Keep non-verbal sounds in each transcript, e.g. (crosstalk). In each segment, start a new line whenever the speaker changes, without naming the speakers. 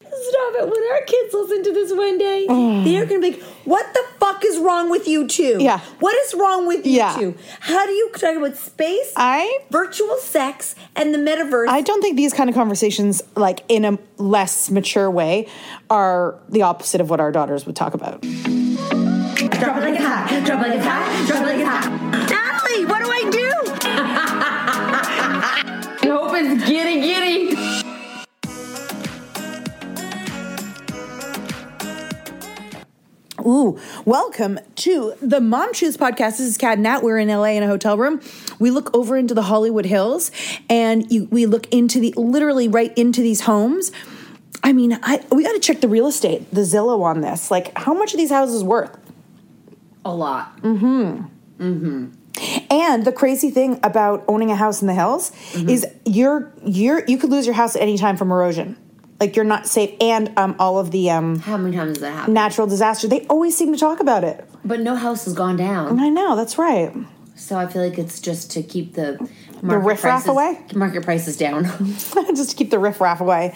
Stop it. When our kids listen to this one
(sighs)
day,
Mm.
they're going to be like, what the fuck is wrong with you two?
Yeah.
What is wrong with you
Yeah.
two? How do you talk about space,
I-
virtual sex, and the metaverse?
I don't think these kind of conversations, like in a less mature way, are the opposite of what our daughters would talk about.
drop it like it's hot. Drop it like it's hot. Drop it like it's hot. Natalie, what do I do?
(laughs) I hope it's giddy giddy.
Ooh, welcome to the Mom Choose podcast. This is Kat and Nat. We're in LA in a hotel room. We look over into the Hollywood Hills and you, we look into the literally right into these homes. I mean, I, we got to check the real estate, the Zillow on this. Like, how much are these houses worth?
A lot.
And the crazy thing about owning a house in the hills
Mm-hmm.
is you're you're you could lose your house at any time from erosion. Like you're not safe, and um, all of the um,
How many times does that happen?
natural disaster. They always seem to talk about it.
But no house has gone down.
I know that's right. (laughs)
So I feel like it's just to keep the market
riffraff
prices,
away?
Market prices down.
Just to keep the riffraff away.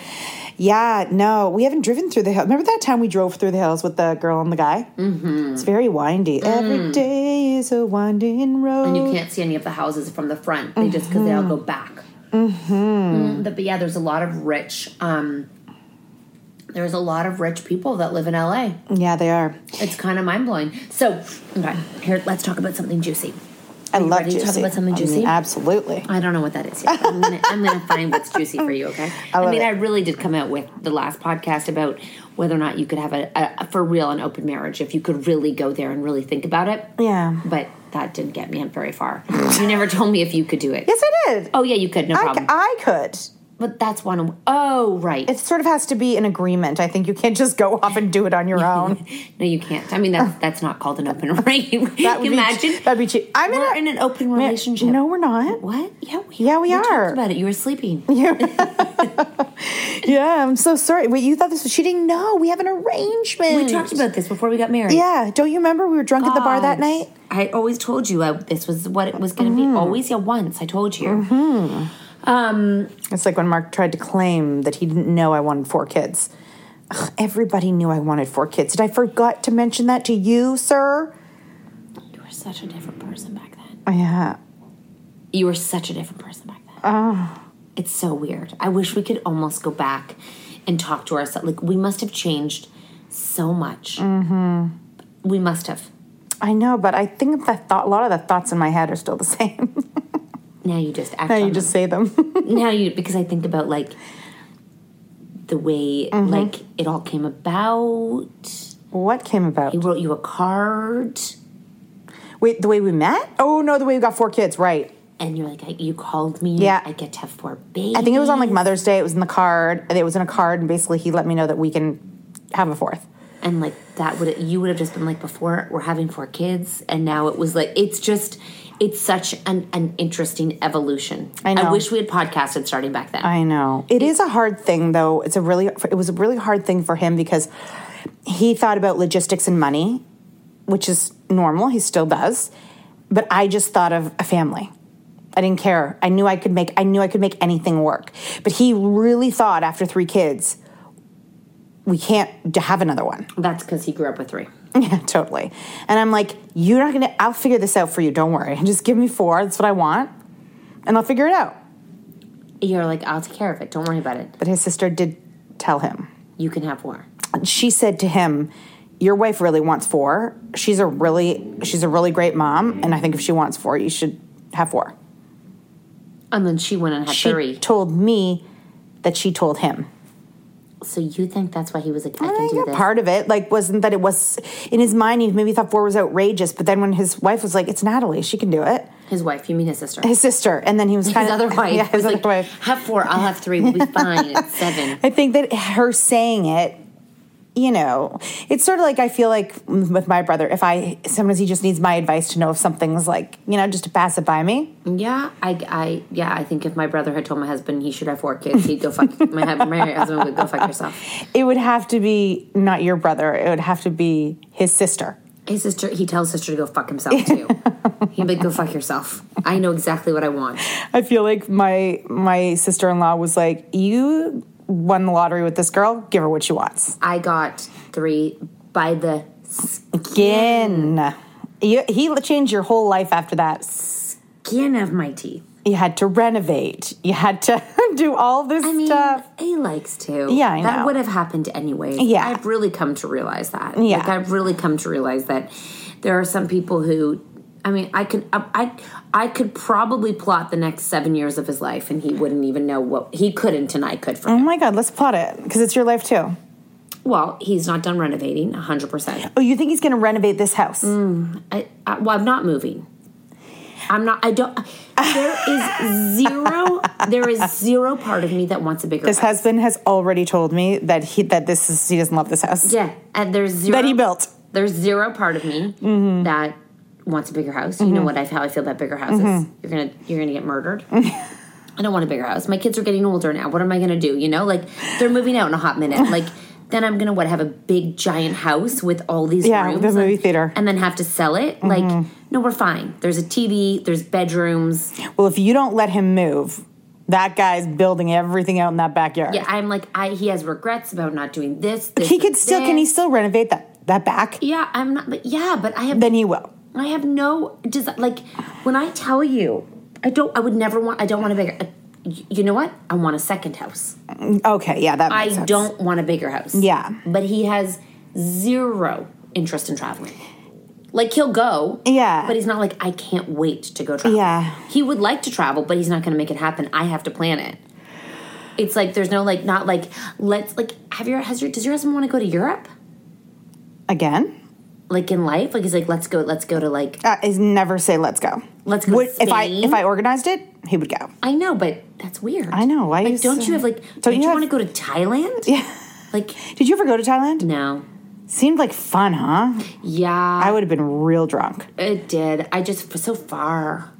Yeah, no, we haven't driven through the hill. Remember that time we drove through the hills with the girl and the guy? Mm-hmm. It's very windy. Every day is a winding road.
Mm. and you can't see any of the houses from the front. They just because they all go back. Mm, but, but yeah, there's a lot of rich. Um, there's a lot of rich people that live in LA.
yeah, they are.
It's kind of mind blowing. So, okay, here let's talk about something juicy.
I
you
love
ready to
juicy.
talk about something
I mean,
juicy?
absolutely.
I don't know what that is yet. I'm gonna, I'm gonna find what's juicy for you,
(laughs)
okay? I,
love
mean,
it.
I really did come out with the last podcast about whether or not you could have a, a, a for real an open marriage if you could really go there and really think about it.
Yeah.
But that didn't get me very far. you
(laughs)
never told me if you could do it.
Yes, I did.
Oh yeah, you could. No
I, c-
problem.
I could.
but that's one. of- Oh right.
It sort of has to be an agreement. I think you can't just go off and do it
(laughs)
on your own.
no, you can't. I mean, that's that's not called an open (laughs) ring.
Oh. That would be-
Imagine
that'd be cheap. I'm in
we're
a-
in an open
Ma-
relationship.
No, we're not.
What? Yeah, we,
Yeah, we
talked
are.
about it. You were sleeping.
Yeah, I'm so sorry. Wait, you thought this was cheating? No, we have an arrangement.
We talked about this before we got married.
Yeah, don't you remember we were drunk at the bar that
God.
night?
I always told you uh, this was what it was going to
Mm-hmm.
be. Always, yeah, once I told you. Um,
It's like when Mark tried to claim that he didn't know I wanted four kids. Ugh, everybody knew I wanted four kids. Did I forgot to mention that to you, sir? Oh,
you were such a different person back then.
Yeah.
You were such a different person back then.
Ah.
It's so weird. I wish we could almost go back and talk to ourselves. Like we must have changed so much. Mm-hmm. We must have.
I know, but I think that thought, a lot of the thoughts in my head are still the (laughs) same.
Now you just act.
now
on
you
them.
just say them. (laughs)
now you because I think about like the way
Mm-hmm.
like it all came about.
what came about?
He wrote you a card.
Wait, the way we met? Oh no, the way we got four kids, right?
and you're like, I, you called me.
Yeah.
I get to have four babies.
I think it was on like Mother's Day. It was in the card. It was in a card, and basically he let me know that we can have a fourth.
and like that would you would have just been like before we're having four kids, and now it was like it's just it's such an an interesting evolution.
I know.
wish we had podcasted starting back then.
I know it is a hard thing, though. It's a really it was a really hard thing for him because he thought about logistics and money, which is normal. He still does, but I just thought of a family. I didn't care. I knew I could make I knew I could make anything work. But he really thought after three kids, we can't d- have another one.
That's because he grew up with three.
(laughs) Yeah, totally. And I'm like, you're not gonna. I'll figure this out for you. Don't worry. Just give me four. That's what I want, and I'll figure it out.
You're like, I'll take care of it. Don't worry about it.
But his sister did tell him.
You can have four.
she said to him, "Your wife really wants four. She's a really she's a really great mom, and I think if she wants four, you should have four.
And then she went and had
She
three.
told me that she told him.
so you think that's why he was like, I
I
can do
think
this.
part of it, like, wasn't that it was in his mind? He maybe thought four was outrageous, but then when his wife was like, "It's Natalie, she can do it,"
his wife, you mean his sister.
his sister, and then
(laughs)
he was kind
his
of
other wife.
(laughs) yeah, his
was
other
like,
wife.
Have four. I'll have three. We'll be fine. It's
(laughs)
seven.
I think that her saying it, you know, it's sort of like I feel like with my brother, if I sometimes he just needs my advice to know if something's like, you know, just to pass it by me.
Yeah, I, I, yeah, I think if my brother had told my husband he should have four kids, he'd go fuck my, hu- my husband would go fuck yourself.
It would have to be not your brother. It would have to be his sister.
His sister, he tells sister to go fuck himself too. He'd be like, go fuck yourself. I know exactly what I want.
I feel like my my sister in law was like, "You won the lottery with this girl. Give her what she wants."
I got three by the
Again, you, he changed your whole life after that.
skin of my teeth.
You had to renovate. You had to (laughs) do all this
I mean,
stuff.
he likes to.
Yeah, I
that
know.
would have happened anyway.
Yeah.
I've really come to realize that.
Yeah.
like, I've really come to realize that there are some people who. I mean, I could, I, I could probably plot the next seven years of his life, and he wouldn't even know what he couldn't, and I could for
Oh
him.
my god, let's plot it because it's your life too.
Well, he's not done renovating, hundred percent.
Oh, you think he's going to renovate this house?
Mm. I, I, well, I'm not moving. I'm not. I don't. There
(laughs)
is zero. there is zero part of me that wants a bigger.
His
house.
husband has already told me that he that this is he doesn't love this house
Yeah, and there's zero
that he built.
There's zero part of me
Mm-hmm.
that wants a bigger house. You know what? I how I feel about bigger houses.
Mm-hmm.
You're gonna you're gonna get
(laughs)
murdered. I don't want a bigger house. My kids are getting older now. What am I gonna do? You know, like they're moving out in a hot minute.
(laughs)
Like then I'm gonna what have a big giant house with all these
Yeah,
rooms
with a movie
and-
theater. Mm-hmm.
and then have to sell it. Like no, we're fine. There's a TV. There's bedrooms.
Well, if you don't let him move, that guy's building everything out in that backyard.
Yeah, I'm like I. He has regrets about not doing this. this
he
and
could still can he
this.
still renovate that that back?
Yeah, I'm not. But yeah, but I have
Then he will.
I have no desire. Like when I tell you, I don't. I would never want. I don't want a bigger. uh, y- You know what? I want a second house.
Okay, yeah, that
I
makes sense.
don't want a bigger house.
Yeah.
But he has zero interest in traveling. Like he'll go.
Yeah.
But he's not like, I can't wait to go travel.
Yeah.
He would like to travel, but he's not gonna make it happen. I have to plan it. It's like there's no like not like let's like have your has your does your husband want to go to Europe?
Again?
Like in life? Like he's like, let's go, let's go to like
Uh, is never say let's go.
Let's go to
Would- if I
Spain.
if I organized it, he would go.
I know, but that's weird.
I know, why you
like, don't
so-
you have like
Don't
don't, you,
you have-
want to go to Thailand?
Yeah.
(laughs) Like
Did you ever go to Thailand?
no.
Seemed like fun, huh?
Yeah.
I would have been real drunk.
it did. I just for so far.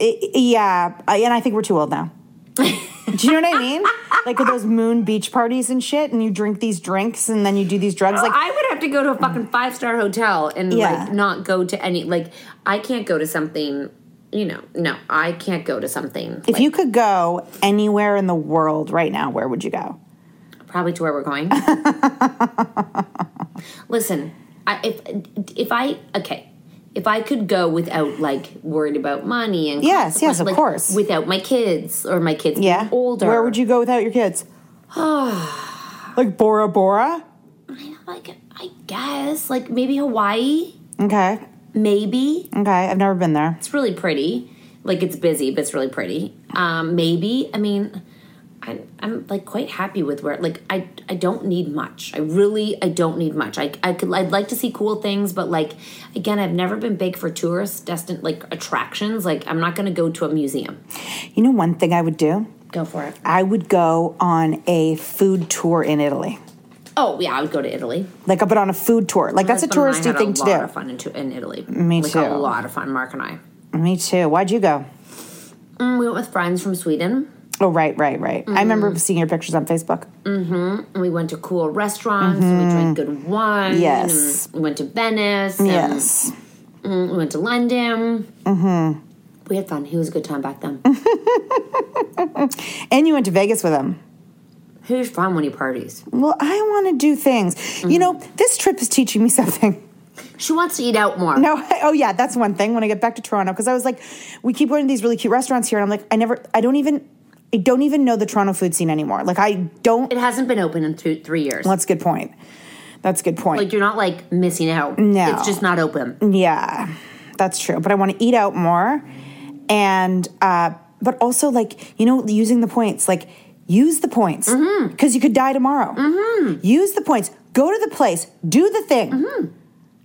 I- I- yeah, I- and I think we're too old now. do you know what I
(laughs)
mean? Like with those moon beach parties and shit, and you drink these drinks and then you do these drugs. Like
I would have to go to a fucking five star hotel and
Yeah.
like not go to any like I can't go to something you know, no, I can't go to something.
if you could go anywhere in the world right now, where would you go?
probably to where we're
(laughs)
going. Listen, I, if if I okay, if I could go without like worried about money and
Yes, yes, of
like,
course.
without my kids or my kids yeah.
Yeah,
being older.
Where would you go without
(sighs)
your kids? like Bora Bora.
Like I guess like maybe Hawaii,
Okay,
maybe
okay. I've never been there.
it's really pretty. Like it's busy, but it's really pretty. Um, maybe I mean. I, I'm like quite happy with where like I I don't need much. I really I don't need much. I I could I'd like to see cool things, but like again, I've never been big for tourist destined like attractions. Like I'm not gonna go to a museum.
You know, one thing I would do.
Go for it.
I would go on a food tour in Italy.
Oh yeah, I would go to Italy.
Like, but on a food tour. Like, that's a
Husband and I
touristy
had
thing
A lot
to
of fun in, to- in Italy.
Me
like,
too.
A lot of fun. Mark and I.
do. Me too. Why'd you go?
Mm, we went with friends from Sweden.
Oh, right, right, right. I remember seeing your pictures on Facebook.
And we went to cool restaurants. And we drank good wine.
Mm-hmm. Yes.
And we went to Venice. and mm,
Yes.
We went to London. Mm-hmm. We had fun. He was a good time back then.
And you went to Vegas with him.
Who's fun when he parties?
Well, I want to do things. You know, this trip is teaching me (laughs) something.
She wants to eat out more.
No, (laughs) oh yeah, that's one thing. When I get back to Toronto, because I was like, we keep going to these really cute restaurants here, and I'm like, I never, I don't even, I don't even know the Toronto food scene anymore. Like, I don't.
It hasn't been open in th- three years.
That's a good point. That's a good point.
like you're not like missing out.
No.
It's just not open.
Yeah, that's true. But I want to eat out more, and uh, but also like you know, using the points. Like use the points because you could die tomorrow. Use the points. Go to the place. Do the thing.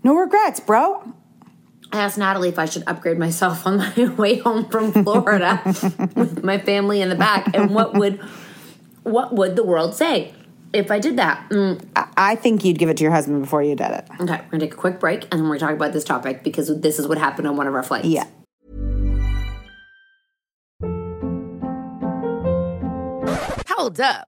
No regrets, bro.
I asked Natalie if I should upgrade myself (laughs) on my way home
(laughs)
from Florida with my family in the back and what would what would the world say if I did that? Mm.
I, I think you'd give it to your husband before you did it.
Okay, we're gonna take a quick break and then we're gonna talk about this topic because this is what happened on one of our flights.
Yeah.
Hold up.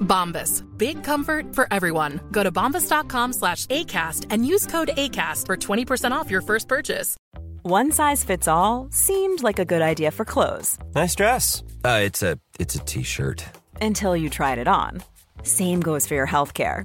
Bombas. Big comfort for everyone. Go to bombas.com slash ACAST and use code ACAST for 20% off your first purchase.
One size fits all seemed like a good idea for clothes
Nice dress.
Uh, it's a it's a t-shirt.
until you tried it on. Same goes for your healthcare.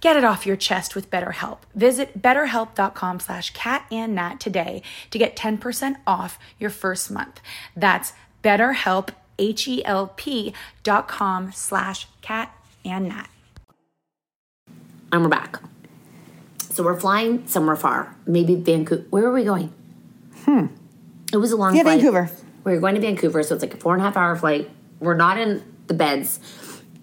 Get it off your chest with BetterHelp. Visit betterhelp.com slash catandnat today to get 10% off your first month. That's betterhelp, H-E-L-P dot com slash catandnat.
And we're back. So we're flying somewhere far. Maybe Vancouver. Where are we going?
Hmm.
It was a long
Yeah,
flight.
Vancouver.
We were going to Vancouver, so it's like a four and a half hour flight. We're not in the beds.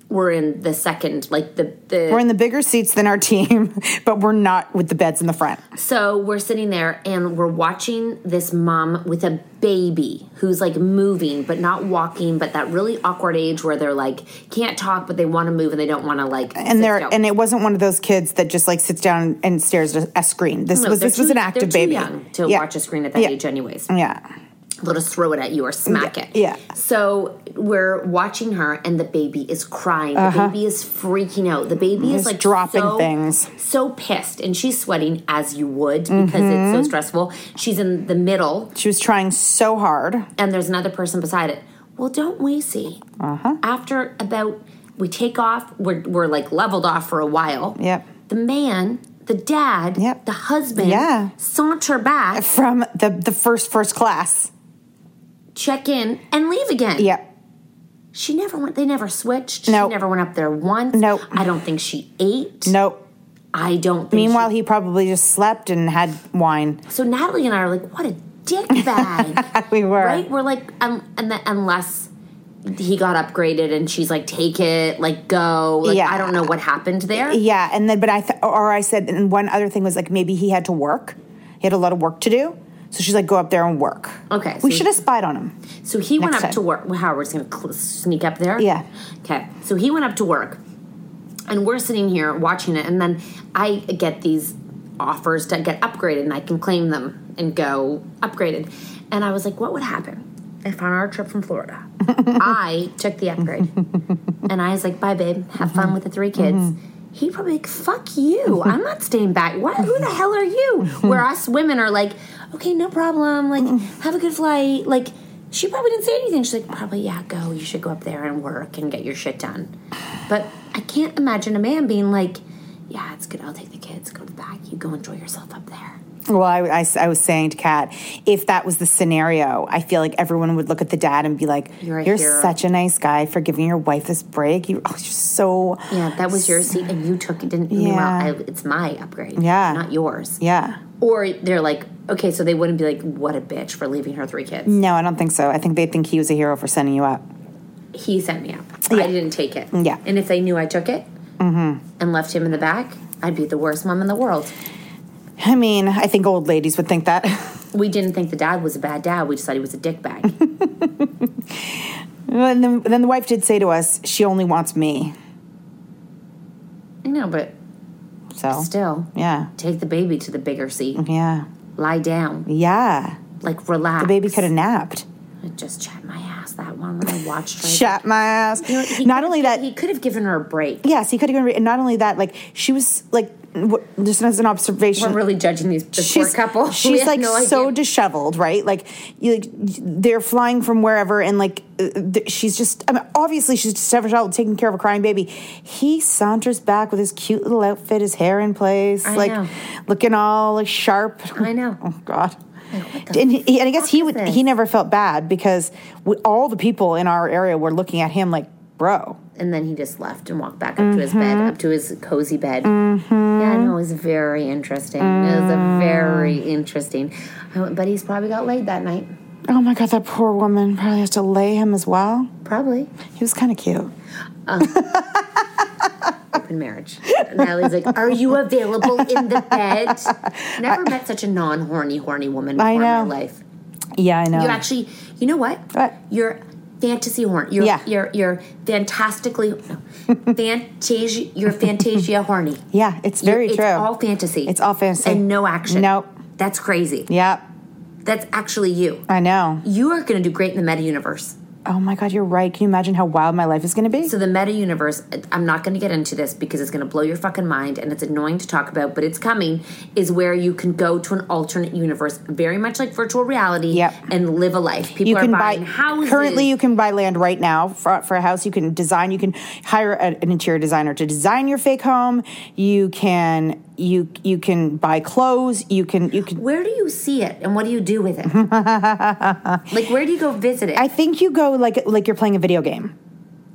We're in the second, like the the
We're in the bigger seats than our team, (laughs) but we're not with the beds in the front.
So we're sitting there and we're watching this mom with a baby who's like moving but not walking, but that really awkward age where they're like can't talk but they want to move and they don't want to like.
And there, and it wasn't one of those kids that just like sits down and stares at a screen. This was this was an active
they
baby.
Too young to
Yeah.
watch a screen at that
Yeah.
age, anyways.
Yeah.
They'll just throw it at you or smack it.
Yeah.
So we're watching her, and the baby is crying. The
Uh-huh.
baby is freaking out. The baby is
He's
like
dropping
so,
things.
so pissed, and she's sweating as you would because
Mhm.
it's so stressful. She's in the middle.
She was trying so hard,
and there's another person beside it. Well, don't we see? Uh-huh. After about we take off, we're we're like leveled off for a while.
Yep.
The man, the dad, yep. the husband,
Yeah.
saunter back
from the the first first class.
check in and leave again.
Yep.
She never went. They never switched. No. She never went up there once. No. I don't think she ate.
Nope.
I don't. Think
Meanwhile, he probably just slept and had wine. (laughs)
So Natalie and I are like, what a dick bag.
we were.
Right? We're like, um, and the, unless he got upgraded and she's like, take it, like, go. Like,
Yeah.
I don't know what happened there.
Yeah, and then but I th- or I said and one other thing was like maybe he had to work. He had a lot of work to do, so she's like go up there and work.
Okay.
we
so-
should have spied on him.
So he went
next
up
time.
to work. Well, Howard's going to cl- sneak up there.
Yeah.
Okay. So he went up to work, and we're sitting here watching it, and then I get these offers to get upgraded, and I can claim them and go upgraded. And I was like, what would happen if on our trip from
(laughs)
Florida, I took the upgrade, and I was like, bye, babe, have fun with the three kids. He'd probably be like, fuck you. I'm not staying back. What? Who the hell are you? Where us women are like, okay, no problem. Like, have a good flight. Like, she probably didn't say anything. She's like, probably, yeah, go. You should go up there and work and get your shit done. But I can't imagine a man being like, yeah, it's good. I'll take the kids. Go to the back. You go enjoy yourself up there.
Well, I, I, I was saying to Kat, if that was the scenario, I feel like everyone would look at the dad and be like,
You're
"You're,
a hero."
such a nice guy for giving your wife this break. You, oh, you're so
Yeah, that was your seat and you took it. Didn't
Yeah.
meanwhile, I, it's my upgrade.
Yeah.
Not yours.
yeah."
Or they're like, okay, so they wouldn't be like, what a bitch for leaving her three kids.
No, I don't think so. I think they think he was a hero for sending you up.
He sent me up. I didn't take it.
Yeah.
And if they knew I took it
Mm-hmm.
and left him in the back, I'd be the worst mom in the world.
I mean, I think old ladies would think that. (laughs)
We didn't think the dad was a bad dad. We just thought he was a
(laughs)
dickbag.
and then, then the wife did say to us, "She only wants me."
I know, but
So
still,
yeah,
take the baby to the bigger seat.
yeah,
Lie down.
yeah.
Like relax.
The baby could have napped.
I just chat my ass that one when I
(laughs)
watched her.
Shut my ass. not only that, he
could have given her a break.
Yes, he could have given her. And not only that, like she was like w- just as an observation.
We're really judging these this poor couple. (laughs) We
She's
have
like
no
so disheveled, right? Like, you, like they're flying from wherever, and like uh, th- she's just. I mean, obviously she's disheveled, taking care of a crying baby. He saunters back with his cute little outfit, his hair in place,
I
like
know.
looking all like, sharp.
I know.
(laughs) Oh God. And, he, and I guess he would, he never felt bad because we, all the people in our area were looking at him like, bro.
and then he just left and walked back up to his bed, up to his cozy bed.
Mm-hmm.
Yeah, no, it was very interesting. It was a very interesting. I went, but he's probably got laid that night.
Oh my god, that poor woman probably has to lay him as well.
Probably.
He was kind of cute.
Open marriage. Natalie's like, "Are you available in the bed?" Never met such a non-horny, horny woman before
I know.
in my life.
Yeah, I know.
You're actually, you know what?
What?
You're fantasy horny. You're,
Yeah.
You're you're fantastically, (laughs) no, fantasia. You're fantasia horny.
yeah, it's very
it's
true.
all fantasy.
It's all fantasy.
and no action.
Nope.
That's crazy.
Yep.
That's actually you.
I know.
You are going to do great in the meta universe.
Oh my god, you're right. Can you imagine how wild my life is going to be?
So the meta universe, I'm not going to get into this because it's going to blow your fucking mind and it's annoying to talk about, but it's coming. Is where you can go to an alternate universe, very much like virtual reality,
Yep.
and live a life. People
you
are
can
buying
buy
houses.
currently you can buy land right now for, for a house you can design you can hire a- an interior designer to design your fake home you can you you can buy clothes you can you can
Where do you see it and what do you do
(laughs)
with it? like, where do you go visit it?
i think you go like like you're playing a video game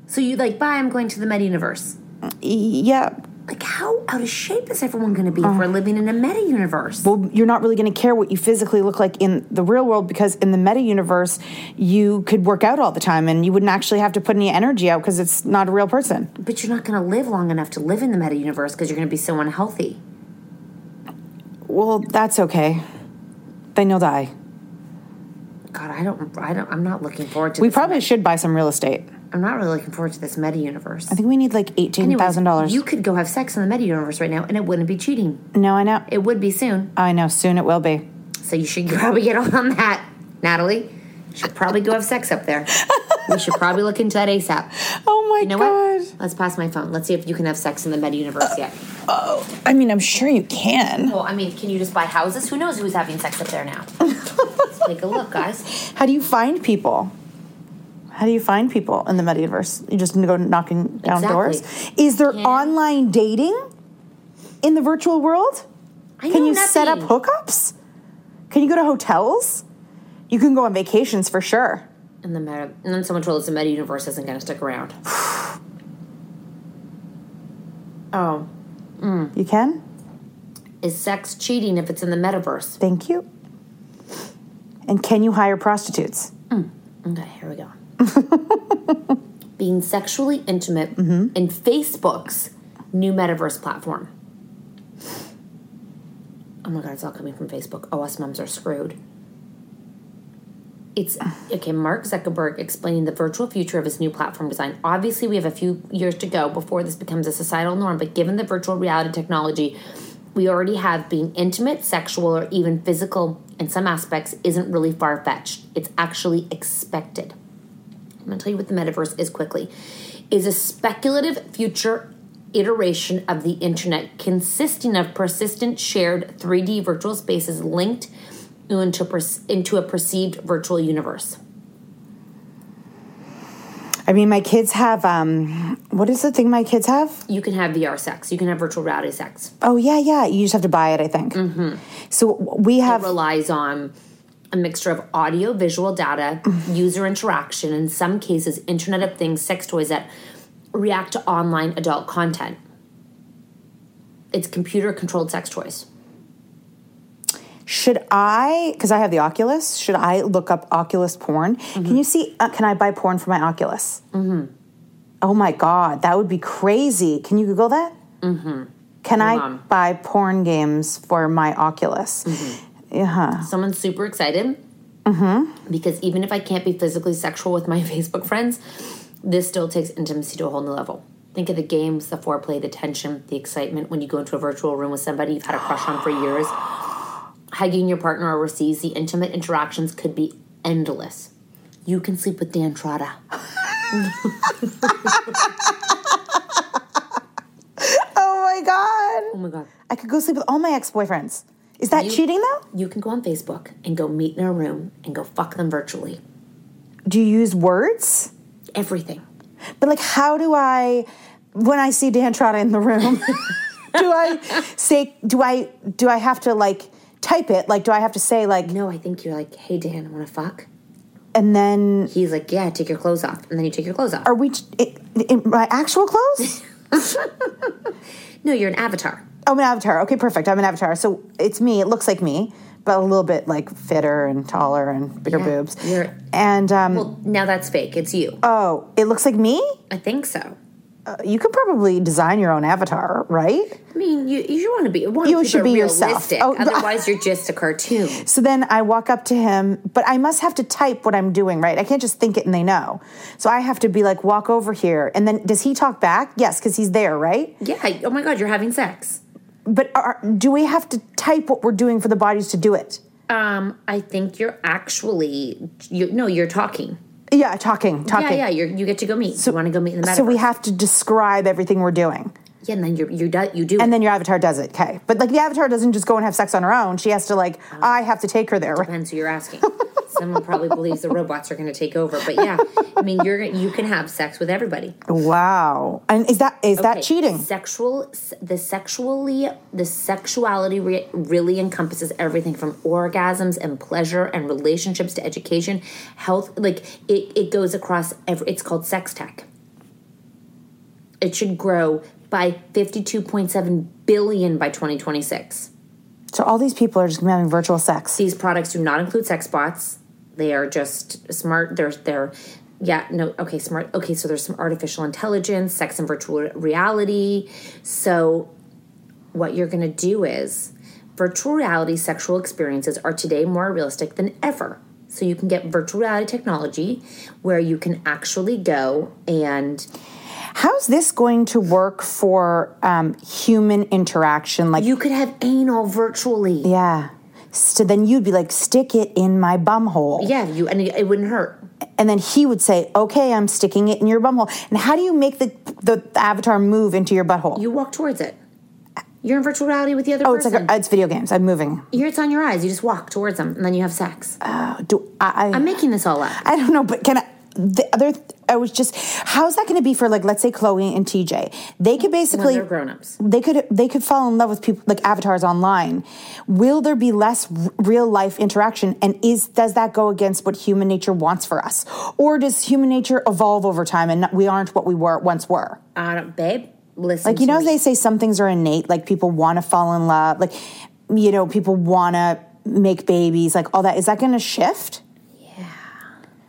so you like, bye, I'm going to the meta universe.
yeah
Like, how out of shape is everyone going to be if we're living in a meta universe?
Oh. well you're not really going to care what you physically look like in the real world because in the meta universe you could work out all the time and you wouldn't actually have to put any energy out because it's not a real person
but you're not going to live long enough to live in the meta universe because you're going to be so unhealthy.
well that's okay then you'll die
God, I don't, I don't, I'm not looking forward to
we
this.
probably should buy some real estate
I'm not really looking forward to this meta universe.
I think we need like eighteen thousand dollars.
You could go have sex in the meta universe right now and it wouldn't be cheating.
No, I know.
It would be soon.
I know. Soon it will be.
So you should probably get on (laughs) that, Natalie. You should probably go have sex up there. We should probably look into that ASAP.
(laughs) Oh my
You know
god!
what? Let's pass my phone. Let's see if you can have sex in the meta universe yet.
Oh, I mean, I'm sure you can.
Well, I mean, can you just buy houses? Who knows who's having sex up there
(laughs)
now? Let's take a look, guys.
How do you find people? How do you find people in the metaverse? You just go knocking down
Exactly.
doors. Is there online dating in the virtual world?
I
Can
know
you set up
nothing.
hookups? Can you go to hotels? You can go on vacations for sure.
And the meta, and then someone told us the meta universe isn't going to stick around. oh,
You can.
is sex cheating if it's in the metaverse?
Thank you. And can you hire prostitutes?
Okay, here we go.
(laughs)
Being sexually intimate
Mm-hmm.
in Facebook's new metaverse platform. Oh my god, it's all coming from Facebook. Oh, us moms are screwed. It's okay. Mark Zuckerberg explaining the virtual future of his new platform design. Obviously, we have a few years to go before this becomes a societal norm, but given the virtual reality technology we already have, being intimate, sexual, or even physical in some aspects isn't really far fetched. It's actually expected. I'm going to tell you what the metaverse is quickly. Is a speculative future iteration of the internet consisting of persistent shared 3D virtual spaces linked into, per- into a perceived virtual universe.
I mean, my kids have um, what is the thing my kids have?
You can have VR sex. You can have virtual reality sex.
Oh yeah, yeah. You just have to buy it, I think. Mm-hmm. So w- we
It
have
relies on a mixture of audio, visual data, user interaction, in some cases, Internet of Things sex toys that react to online adult content. It's computer controlled sex toys.
should I because I have the Oculus. Should I look up Oculus porn? Can you see? Uh, can I buy porn for my Oculus? Mm-hmm. Oh my god, that would be crazy. Can you Google that? Mm-hmm. Can I
on.
buy porn games for my Oculus? Yeah.
Someone's super excited. Mm-hmm. Because even if I can't be physically sexual with my (laughs) Facebook friends, this still takes intimacy to a whole new level. Think of the games, the foreplay, the tension, the excitement when you go into a virtual room with somebody you've had a crush on for years. Hugging your partner or receives the intimate interactions could be endless. You can sleep with Dan Trotta.
Oh my
Oh
god,
my god.
I could go sleep with all my ex boyfriends. Is that
You-
cheating though?
You can go on Facebook and go meet in a room and go fuck them virtually.
Do you use words?
Everything.
But like, how do I, when I see Dan Trotta in the room, (laughs) do I say, do I, do I have to like type it? Like, do I have to say like,
No, I think you're like, hey Dan, wanna fuck?
and then
he's like, "Yeah, take your clothes off," and then you take your clothes off.
Are we t- it, in my
(laughs)
actual clothes?
no, you're an avatar.
I'm an avatar. Okay, perfect. I'm an avatar. So it's me. It looks like me, but a little bit like fitter and taller and bigger
Yeah,
boobs.
You're
And um,
well. Oh, Now that's fake. It's you.
oh, it looks like me.
I think so.
Uh, you could probably design your own avatar, right?
I mean, you you want to be want
You should be yourself.
realistic.
Oh, the-
Otherwise, you're just a
(laughs)
cartoon.
So then I walk up to him, but I must have to type what I'm doing, right? I can't just think it and they know. So I have to be like, walk over here. And then does he talk back? Yes, because he's there, right?
Yeah. Oh my God, you're having sex.
But are, do we have to type what we're doing for the bodies to do it?
Um, I think you're actually you. No, you're talking.
Yeah, talking, talking.
Yeah, yeah. You're, you get to go meet. you want to go meet in the metaverse.
So we have to describe everything we're doing.
Yeah, and then you you do, you do.
And
it.
then your avatar does it, okay? But like the avatar doesn't just go and have sex on her own. She has to like, I have to take her there. right?
depends who you're asking. Someone probably believes the robots are going to take over, but yeah, I mean, you're you can have sex with everybody.
Wow. And is that is that
Okay,
cheating?
Sexual, the sexually, the sexuality re- really encompasses everything from orgasms and pleasure and relationships to education, health. Like it, it goes across. Every, it's called sex tech. It should grow by fifty-two point seven billion by twenty twenty-six.
So all these people are just gonna be having virtual sex.
These products do not include sex bots. They are just smart. They're they're yeah no okay smart okay so there's some artificial intelligence, sex and virtual reality. So what you're gonna do is virtual reality sexual experiences are today more realistic than ever. So you can get virtual reality technology where you can actually go and
How's this going to work for um, human interaction? Like,
you could have anal virtually.
yeah. So then you'd be like, stick it in my bum hole.
Yeah, you and it wouldn't hurt.
And then he would say, okay, I'm sticking it in your bum hole. And how do you make the, the avatar move into your butthole?
You walk towards it. You're in virtual reality with the other
oh, it's
person.
like, it's video games. I'm moving.
Here it's on your eyes. You just walk towards them and then you have sex.
Do I? I
I'm making this all up.
I don't know, but can I? The other, I was just, how's that going to be for like, let's say Chloe and TJ? They could
When
basically,
they're grown ups.
they could, they could fall in love with people like avatars online. Will there be less r- real life interaction? And is does that go against what human nature wants for us, or does human nature evolve over time and not, we aren't what we were once were?
I don't, babe, listen.
Like you
to
know,
me.
they say some things are innate. Like people want to fall in love. Like you know, people want to make babies. Like all that. Is that going to shift?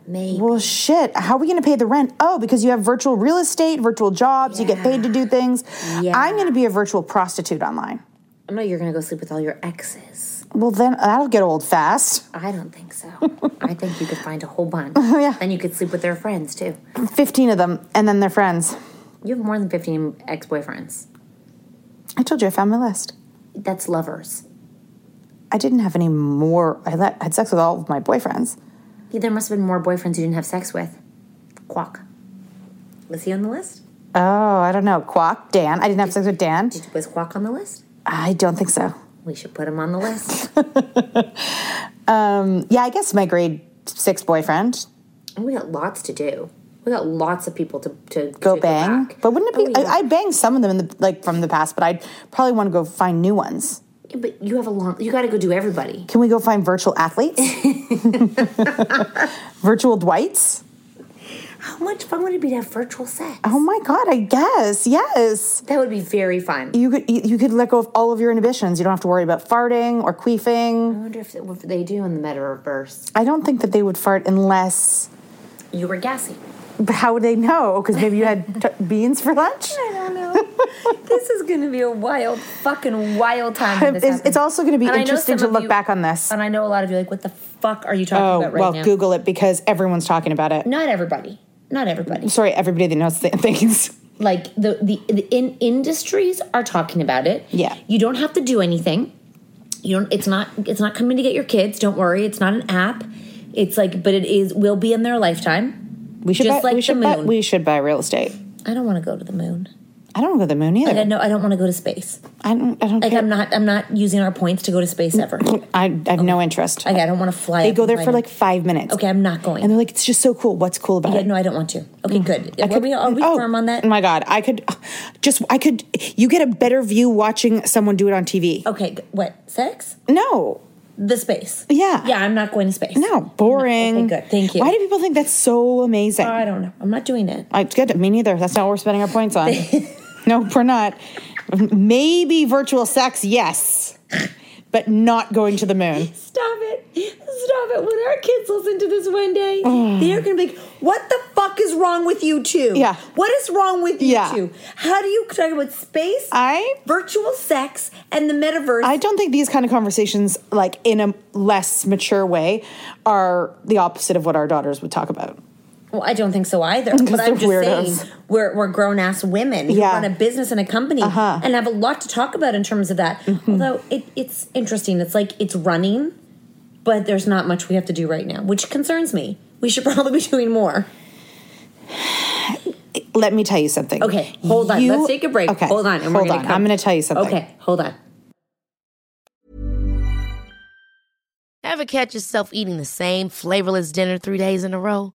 Maybe.
Well, shit. How are we going to pay the rent? Oh, because you have virtual real estate, virtual jobs. You get paid to do things. I'm going to be a virtual prostitute online.
no, you're going to go sleep with all your exes.
Well, then that'll get old fast.
I don't think
(laughs)
so. I think you could find a whole bunch.
Oh, yeah.
And you could sleep with their friends too.
Fifteen of them, and then they're friends.
You have more than 15 ex boyfriends.
I told you I found my list.
That's lovers.
I didn't have any more. I, let, I had sex with all of my boyfriends.
Yeah, there must have been more boyfriends you didn't have sex with. Quack. Was he on the list?
Oh, I don't know. Quack, Dan. I didn't have sex with Dan.
Was Quack on the list?
I don't think so.
We should put him on the
(laughs)
list.
Um, yeah, I guess my grade six boyfriend.
And we got lots to do. We got lots of people to, to to
go bang.
back.
but wouldn't it be?
Oh, yeah.
I, I'd bang some of them in the like from the past, but I'd probably want to go find new ones.
Yeah, But you have a long. You got to go do everybody.
Can we go find virtual
(laughs)
athletes? (laughs) virtual Dwights?
How much fun would it be to have virtual sex?
Oh my god! I guess yes.
That would be very fun.
You could you, you could let go of all of your inhibitions. You don't have to worry about farting or
I
queefing.
wonder if, if they do in the metaverse.
I don't think that they would fart unless.
You were gassy.
But how would they know? Because maybe
(laughs)
you had t- beans for lunch.
I don't know. (laughs) this is going to be a wild, fucking wild time. when this
It's- it's
happens.
also gonna be
I know
interesting
some
to
of
look back on this.
And I know a lot of you are like, what the fuck are you talking
Oh
about right
well,
now?
Google it because everyone's talking about it.
Not everybody. Not everybody.
Sorry, everybody that knows th- things.
(laughs) Like the the, the in, industries are talking about it.
Yeah.
You don't have to do anything. You don't. It's not. It's not coming to get your kids. Don't worry. It's not an app. It's like, but it is. Will be in their lifetime.
We should
Just
buy,
like
we
the
should buy,
moon.
we should buy real estate.
I don't want to go to the moon.
I don't want to go to the moon
Like, I
either.
know I don't want to go to space.
I don't. I don't.
Like
care.
I'm not. I'm not using our points to go to space
(clears throat)
ever. Like
I, I have no interest.
I don't want to fly.
they
up
go
and
there
fly
for
down.
like five minutes.
Okay, I'm not going.
And they're like, it's just so cool. What's cool about
Yeah,
it?
no, I don't want to. Okay, good. Are
could-
we, are we
oh,
firm on that?
My God, I could just. I could. You get a better view watching someone do it on TV.
okay, g- what sex?
No,
the space.
Yeah.
Yeah, I'm not going to space.
No, boring.
Okay, good. Thank you.
Why do people think that's so amazing? I
don't know. I'm not doing it.
It's good. Me neither. That's not what we're spending our
(laughs)
points on. no, we're not. Maybe virtual sex, yes, but not going to the moon.
Stop it. Stop it. When our kids listen to this one day, they're going to be like, what the fuck is wrong with you two?
Yeah.
What is wrong with you
Yeah.
two? How do you talk about space,
I
virtual sex, and the metaverse?
I don't think these kind of conversations, like in a less mature way, are the opposite of what our daughters would talk about.
Well, I don't think so either.
(laughs) 'Cause
But I'm just
they're weirdos.
saying, we're, we're grown ass women who
Yeah.
run a business and a company
Uh-huh. Mm-hmm.
and have a lot to talk about in terms of that. Although it, it's interesting. It's like it's running, but there's not much we have to do right now, which concerns me. We should (laughs) probably be doing more.
Let me tell you something.
Okay, hold on.
You-
Let's take a break.
Okay,
Hold on. And
hold
we're gonna
on.
come-
I'm going to tell you something.
Okay, hold on.
Ever catch yourself eating the same flavorless dinner three days in a row?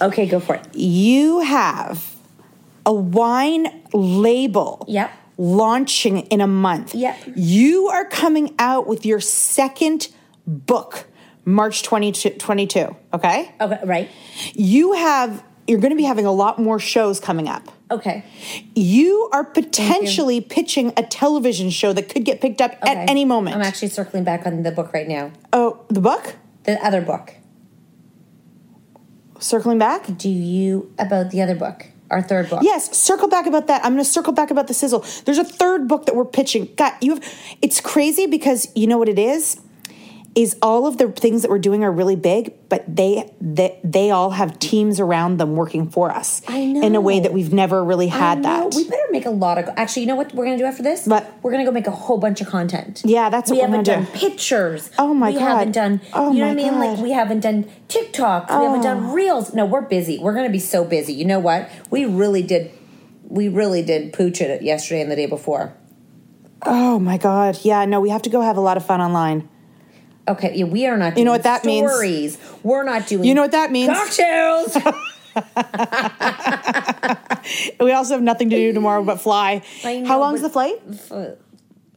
Okay, go for it.
You have a wine label. Yep. Launching in a month. Yep. You are coming out with your second book, March 2022. Okay.
Okay. Right.
You have. You're going to be having a lot more shows coming up.
Okay.
You are potentially pitching a television show that could get picked up at any moment.
I'm actually circling back on the book right now.
Oh, the book?
The other book.
Circling back?
Do you about the other book? Our third book.
Yes, circle back about that. I'm going to circle back about the sizzle. There's a third book that we're pitching. God, you have it's crazy because you know what it is? Is all of the things that we're doing are really big, but they they, they all have teams around them working for us I know. in a way that we've never really had that.
We better make a lot of. Actually, you know what we're gonna do after this? But we're gonna go make a whole bunch of content.
Yeah, that's
we
what we're
haven't
gonna
done pictures.
Oh my
we
God.
haven't done.
Oh
you know
my
what I mean? Like
God.
we haven't done TikToks. We haven't
Oh.
done reels. No, we're busy. We're gonna be so busy. You know what? We really did. We really did pooch it yesterday and the day before.
Oh my god. Yeah, no, we have to go have a lot of fun online.
Okay, yeah, we are not
You know
doing
what that means?
stories. We're not doing
You know what that means?
Cocktails. (laughs)
We also have nothing to do tomorrow but fly. How long's the flight?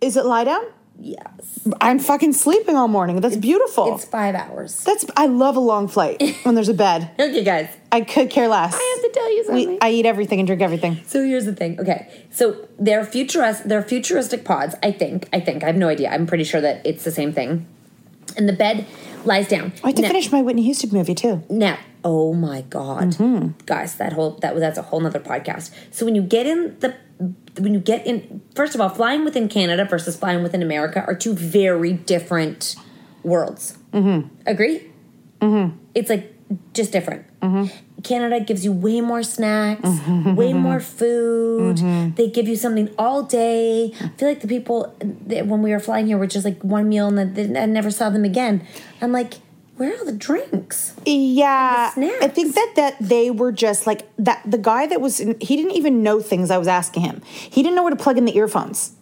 Is it lie down? Yes. I'm fucking sleeping all morning. That's beautiful. It's
five
(laughs)
hours.
That's I love a long flight when there's a bed.
okay, guys.
I could care less. I
have to tell you something.
I eat everything and drink everything.
So here's the thing. Okay, so they're futurist. They're futuristic pods. I think. I think. I have no idea. I'm pretty sure that it's the same thing. And the bed lies down.
I have to
Now-
finish my Whitney Houston movie too.
Now, oh my god,
Mm-hmm.
guys, that whole that that's a whole nother podcast. So when you get in the when you get in, first of all, flying within Canada versus flying within America are two very different worlds.
Mm-hmm.
Agree?
Mm-hmm.
It's like just different. Canada gives you way more snacks,
Mm-hmm.
way more food. They give you something all day. I feel like the people that when we were flying here were just like one meal and then then I never saw them again. I'm like, where are the drinks?
Yeah, I think that that they were just like that. The guy that was in, he didn't even know things I was asking him. He didn't know where to plug in the earphones.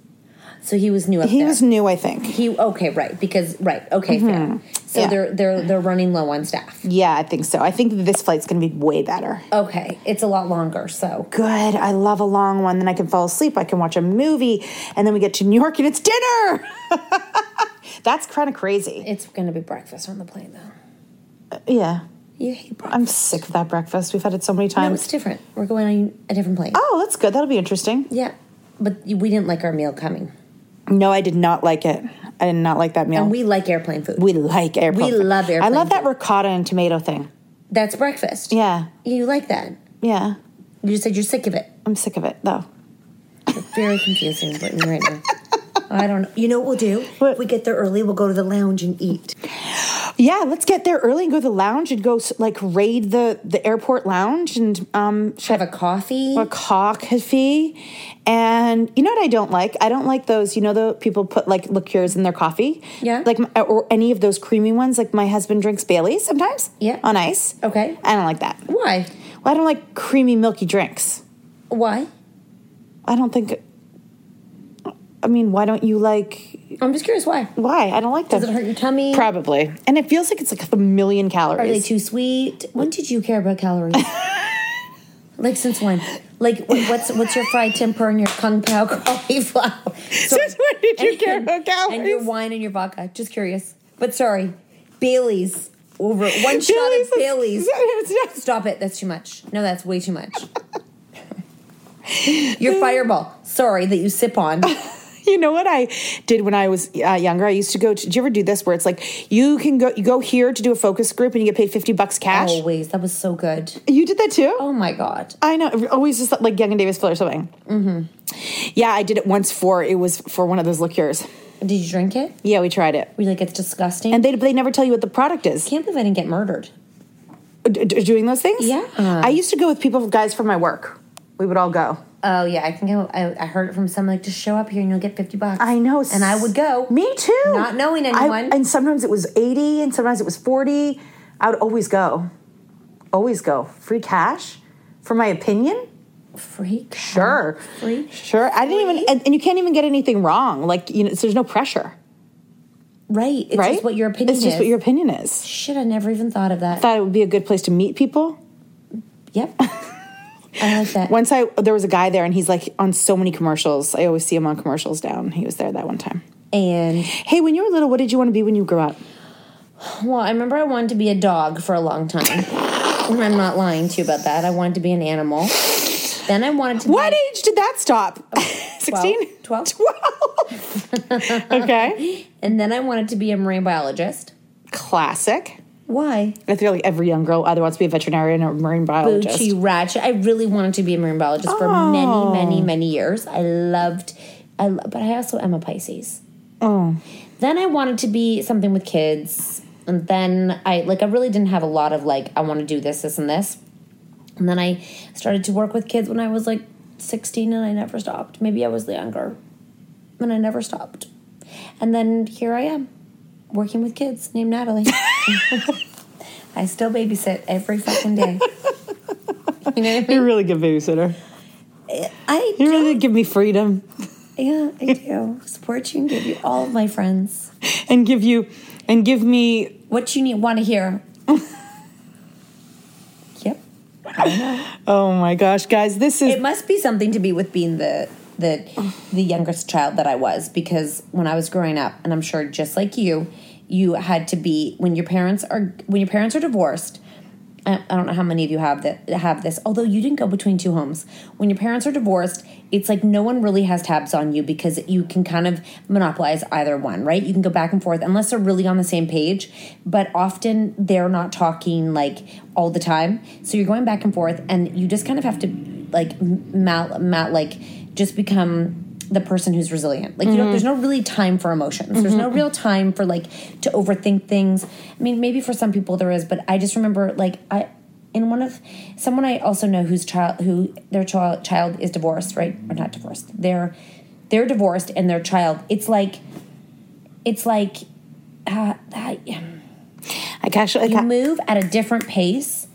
So he was new up
He
there.
was new, I think.
He okay, right? Because right, okay, fair.
Mhm.
So
Yeah.
they're they're they're running low on staff.
Yeah, I think so. I think that this flight's going to be way better.
Okay, it's a lot longer. So
Good. I love a long one. Then I can fall asleep. I can watch a movie, and then we get to New York and it's dinner. (laughs) That's kind of crazy.
It's going to be breakfast on the plane, though.
yeah.
You hate breakfast.
I'm sick of that breakfast. We've had it so many
No,
times.
it's different. We're going on a different plane.
Oh, that's good. That'll be interesting.
Yeah, but we didn't like our meal coming.
No, I did not like it. I did not like that meal.
And we like airplane food.
We like airplane.
We
food.
love
I
airplane
love that ricotta and tomato thing.
That's breakfast.
Yeah,
You like that?
yeah.
You said you're sick of it.
I'm sick of it though.
Very confusing Brittany right now. I don't know. You know what we'll do? If we get there early, we'll go to the lounge and eat.
Yeah, let's get there early and go to the lounge and go like raid the the airport lounge and um
have a coffee,
a coffee, and you know what I don't like? I don't like those. You know, the people put like liqueurs in their coffee.
Yeah.
like my- or any of those creamy ones. Like my husband drinks Bailey's sometimes.
Yeah.
on ice.
Okay.
I don't like that.
Why?
Well, I don't like creamy milky drinks.
Why?
I don't think. I mean, why don't you like?
I'm just curious why.
Why I don't like them.
Does it hurt your tummy?
Probably, and it feels like it's like a million calories.
Are they
(laughs)
too sweet? When did you care about calories? like since when? Like wh- what's what's your fried temper and your kung pao (laughs) cauliflower?
Since when did you care about
And your wine and your vodka. Just curious. But sorry, Bailey's over one shot of
Bailey's is- (laughs)
Bailey's.
it's not-
Stop it. That's too much. No, that's way too much. (laughs) your fireball. Sorry that you sip
(laughs)
on.
You know what I did when I was uh, younger? I used to go. To, did you ever do this where it's like you can go you go here to do a focus group and you get paid fifty bucks cash?
Always. That was so good.
You did that too?
Oh my god.
I know. Always just like Young and Davis Phil or something.
Mm-hmm.
Yeah, I did it once for it was for one of those liqueurs.
Did you drink it?
Yeah, we tried it.
We like it's disgusting.
And they they never tell you what the product is.
Can't believe I didn't get murdered.
D- d- doing those things? Yeah. I used to go with people guys from my work. We would all go.
Oh yeah, I can go. I, I heard it from someone like just show up here and you'll get fifty bucks.
I know.
and I would go.
Me too.
Not knowing
I-
anyone.
and sometimes it was 80 and sometimes it was 40. I would always go. Always go. Free cash for my opinion?
Free cash.
Sure.
Free.
Sure. I didn't even and, and you can't even get anything wrong. Like, you know, so there's no pressure.
Right. It's
right?
just what your opinion
It's just
is.
what your opinion is.
Shit, I never even thought of that.
Thought it would be a good place to meet people. (laughs)
Yep. I like that.
Once I there was a guy there and he's like on so many commercials. I always see him on commercials down. He was there that one time.
And
Hey, when you were little, what did you want to be when you grew up?
well, I remember I wanted to be a dog for a long time. and I'm not lying to you about that. I wanted to be an animal. Then I wanted to.
What age did that stop? (laughs) 16?
12.
12. (laughs) okay.
And then I wanted to be a marine biologist.
Classic.
Why?
I feel like every young girl either wants to be a veterinarian or a marine biologist.
Bucci Ratchet. I really wanted to be a marine biologist for many,
Oh.
many, many years. I loved, I lo- but I also am a Pisces.
Oh.
Then I wanted to be something with kids, and then I like I really didn't have a lot of like I want to do this, this, and this. And then I started to work with kids when I was like sixteen, and I never stopped. Maybe I was younger, and I never stopped. And then here I am, working with kids named Natalie. I still babysit every fucking day. You know what I mean?
You're a really good babysitter.
I
You really give me freedom
Yeah, I do. Support you and give you all of my friends.
and give you and give me
What you need want to hear. yep.
Oh my gosh, guys, this is
It must be something to be with being the the the youngest child that I was because when I was growing up, and I'm sure just like you, you had to be when your parents are when your parents are divorced. I I don't know how many of you have that have this. Although you didn't go between two homes, when your parents are divorced, it's like no one really has tabs on you because you can kind of monopolize either one, right? You can go back and forth unless they're really on the same page. But often they're not talking like all the time, so you're going back and forth, and you just kind of have to like mal, mal like just become the person who's resilient. Like you know,
Mhm.
there's no really time for emotions. There's no
Mhm.
real time for like to overthink things. I mean, maybe for some people there is, but I just remember like I in one of someone I also know whose child who their child child is divorced, right? Or not divorced. They're they're divorced and their child. It's like it's like uh, I,
I actually
you move at a different pace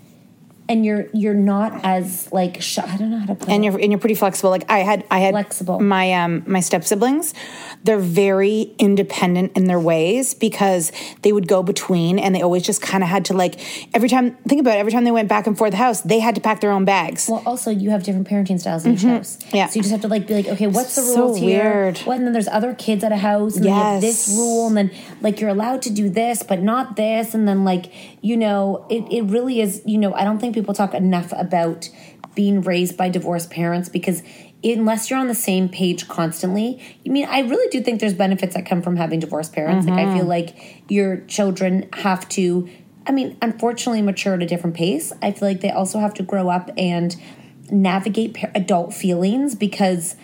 and you're you're not as like sh- I don't know how to put
and you're and you're pretty flexible. Like I had I had flexible my um my step siblings. They're very independent in their ways because they would go between and they always just kind of had to like every time think about it, every time they went back and forth the house, they had to pack their own bags.
Well, also you have different parenting styles in each house.
Yeah.
So you just have to like be like, okay, what's the
So
rules here?
weird.
What, and then there's other kids at a house, and they have this
Yes.
rule, and then like you're allowed to do this, but not this, and then like you know, it it really is. You know, I don't think people talk enough about being raised by divorced parents because unless you're on the same page constantly, I mean, I really do think there's benefits that come from having divorced parents. Like I
Mhm.
Mm-hmm.
feel like your children have to. I mean, unfortunately, mature at a different pace. I feel like they also have to grow up and navigate par- adult feelings because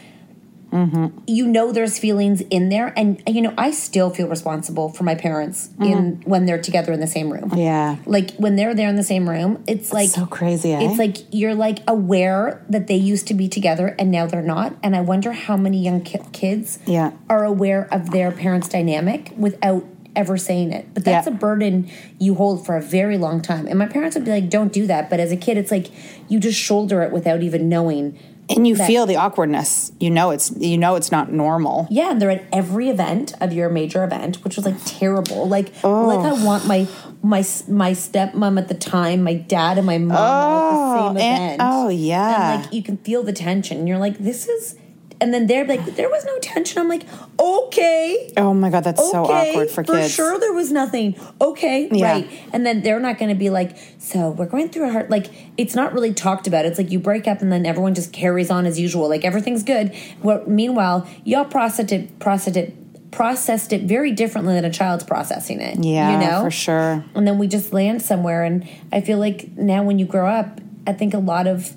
you know there's feelings in there and you know i still feel responsible for my parents in when they're together in the same room
Mm-hmm. Yeah.
like when they're there in the same room it's like
so crazy, eh?
it's like you're like aware that they used to be together and now they're not and i wonder how many young ki- kids
Yeah.
are aware of their parents dynamic without ever saying it but that's a burden you hold for a very long time and my parents would be like don't do that but as a kid it's like you just shoulder it without even knowing
And you
that-
feel the awkwardness. You know it's you know it's not normal.
Yeah, and they're at every event of your major event, which was like terrible. Like, like I want my my my stepmom at the time, my dad and my mom all at the
Oh,
same
and-
event.
oh, yeah.
and like you can feel the tension. You're like, this is, and then they're like, there was no tension. I'm like, okay,
Oh my god, that's so
okay,
awkward for kids.
sure, there was nothing. Okay,
Yeah.
right. And then they're not going to be like, so we're going through a hard. Like, it's not really talked about. It's like you break up and then everyone just carries on as usual. Like everything's good. Well, meanwhile, y'all processed it, processed it, processed it very differently than a child's processing it.
Yeah,
you know
for sure.
And then we just land somewhere. And I feel like now when you grow up, I think a lot of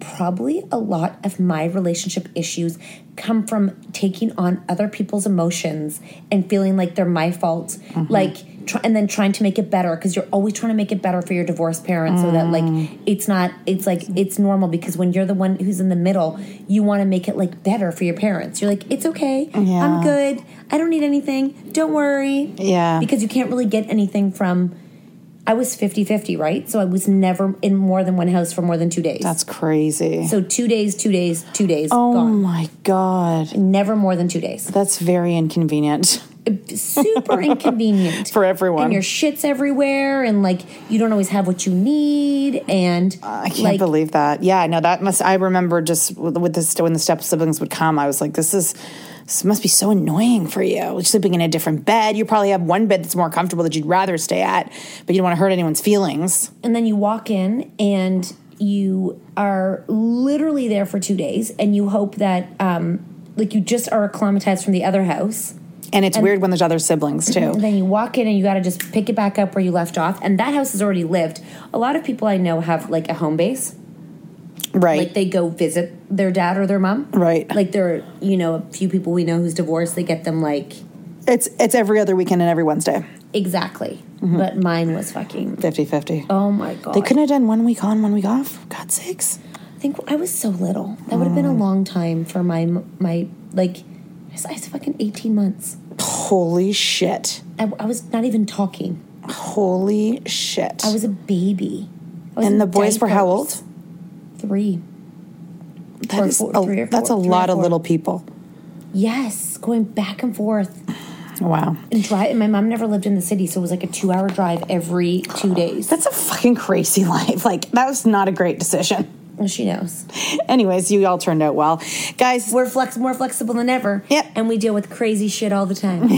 probably a lot of my relationship issues come from taking on other people's emotions and feeling like they're my fault
Mm-hmm.
like try, and then trying to make it better because you're always trying to make it better for your divorced parents so that
Mm.
like it's not it's like it's normal because when you're the one who's in the middle you want to make it like better for your parents you're like it's okay i'm
Yeah.
good i don't need anything don't worry
Yeah.
because you can't really get anything from I was 50 50, right? So I was never in more than one house for more than two days. That's
crazy.
So two days, two days, two days.
Oh
gone.
my god.
Never more than two days.
That's very inconvenient. (laughs)
Super inconvenient.
For everyone.
And your shit's everywhere, and like you don't always have what you need. And
I can't believe that. Yeah, no, that must. I remember just with, with this when the step siblings would come, I was like, this is. This must be so annoying for you. Sleeping in a different bed. You probably have one bed that's more comfortable that you'd rather stay at, but you don't want to hurt anyone's feelings.
And then you walk in and you are literally there for two days, and you hope that, um, like, you just are acclimatized from the other house.
And it's weird when there's other siblings
(clears throat)
too.
And then you walk in and you got to just pick it back up where you left off. And that house is already lived. A lot of people I know have like a home base.
Right.
Like they go visit their dad or their mom.
Right.
Like there are, you know, a few people we know who's divorced, they get them like
It's it's every other weekend and every Wednesday.
exactly. But mine was fucking
50-50.
Oh my god.
Mm-hmm. They couldn't have done one week on, one week off. For God's sakes.
I think I was so little. That would have
Oh.
been a long time for my my like I was, I was fucking 18 months.
Holy shit.
I, I was not even talking.
Holy shit. I
was a baby. I was in
and the boys were how old?
diapers. 3.
That
Or
is
four-
a-
three or
that's a
four- three or
lot of
four.
little people.
Yes, going back and forth.
Wow.
And drive. And my mom never lived in the city, so it was like a two-hour drive every two days.
That's a fucking crazy (laughs) life. Like that was not a great decision. (laughs)
She knows.
Anyways, you all turned out well, guys.
We're flex more flexible than ever. Yep. And we deal with crazy shit all the time.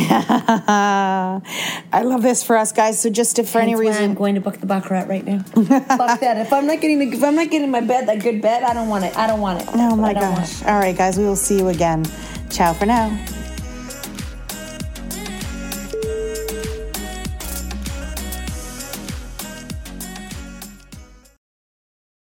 I love this for us, guys. So just if (laughs) for any
Hence why
reason,
I'm going to book the baccarat right now. Fuck that. If I'm not getting the, if I'm not getting my bed that good bed, I don't want it. I don't want it.
oh my gosh! All right, guys, we will see you again. Ciao for now.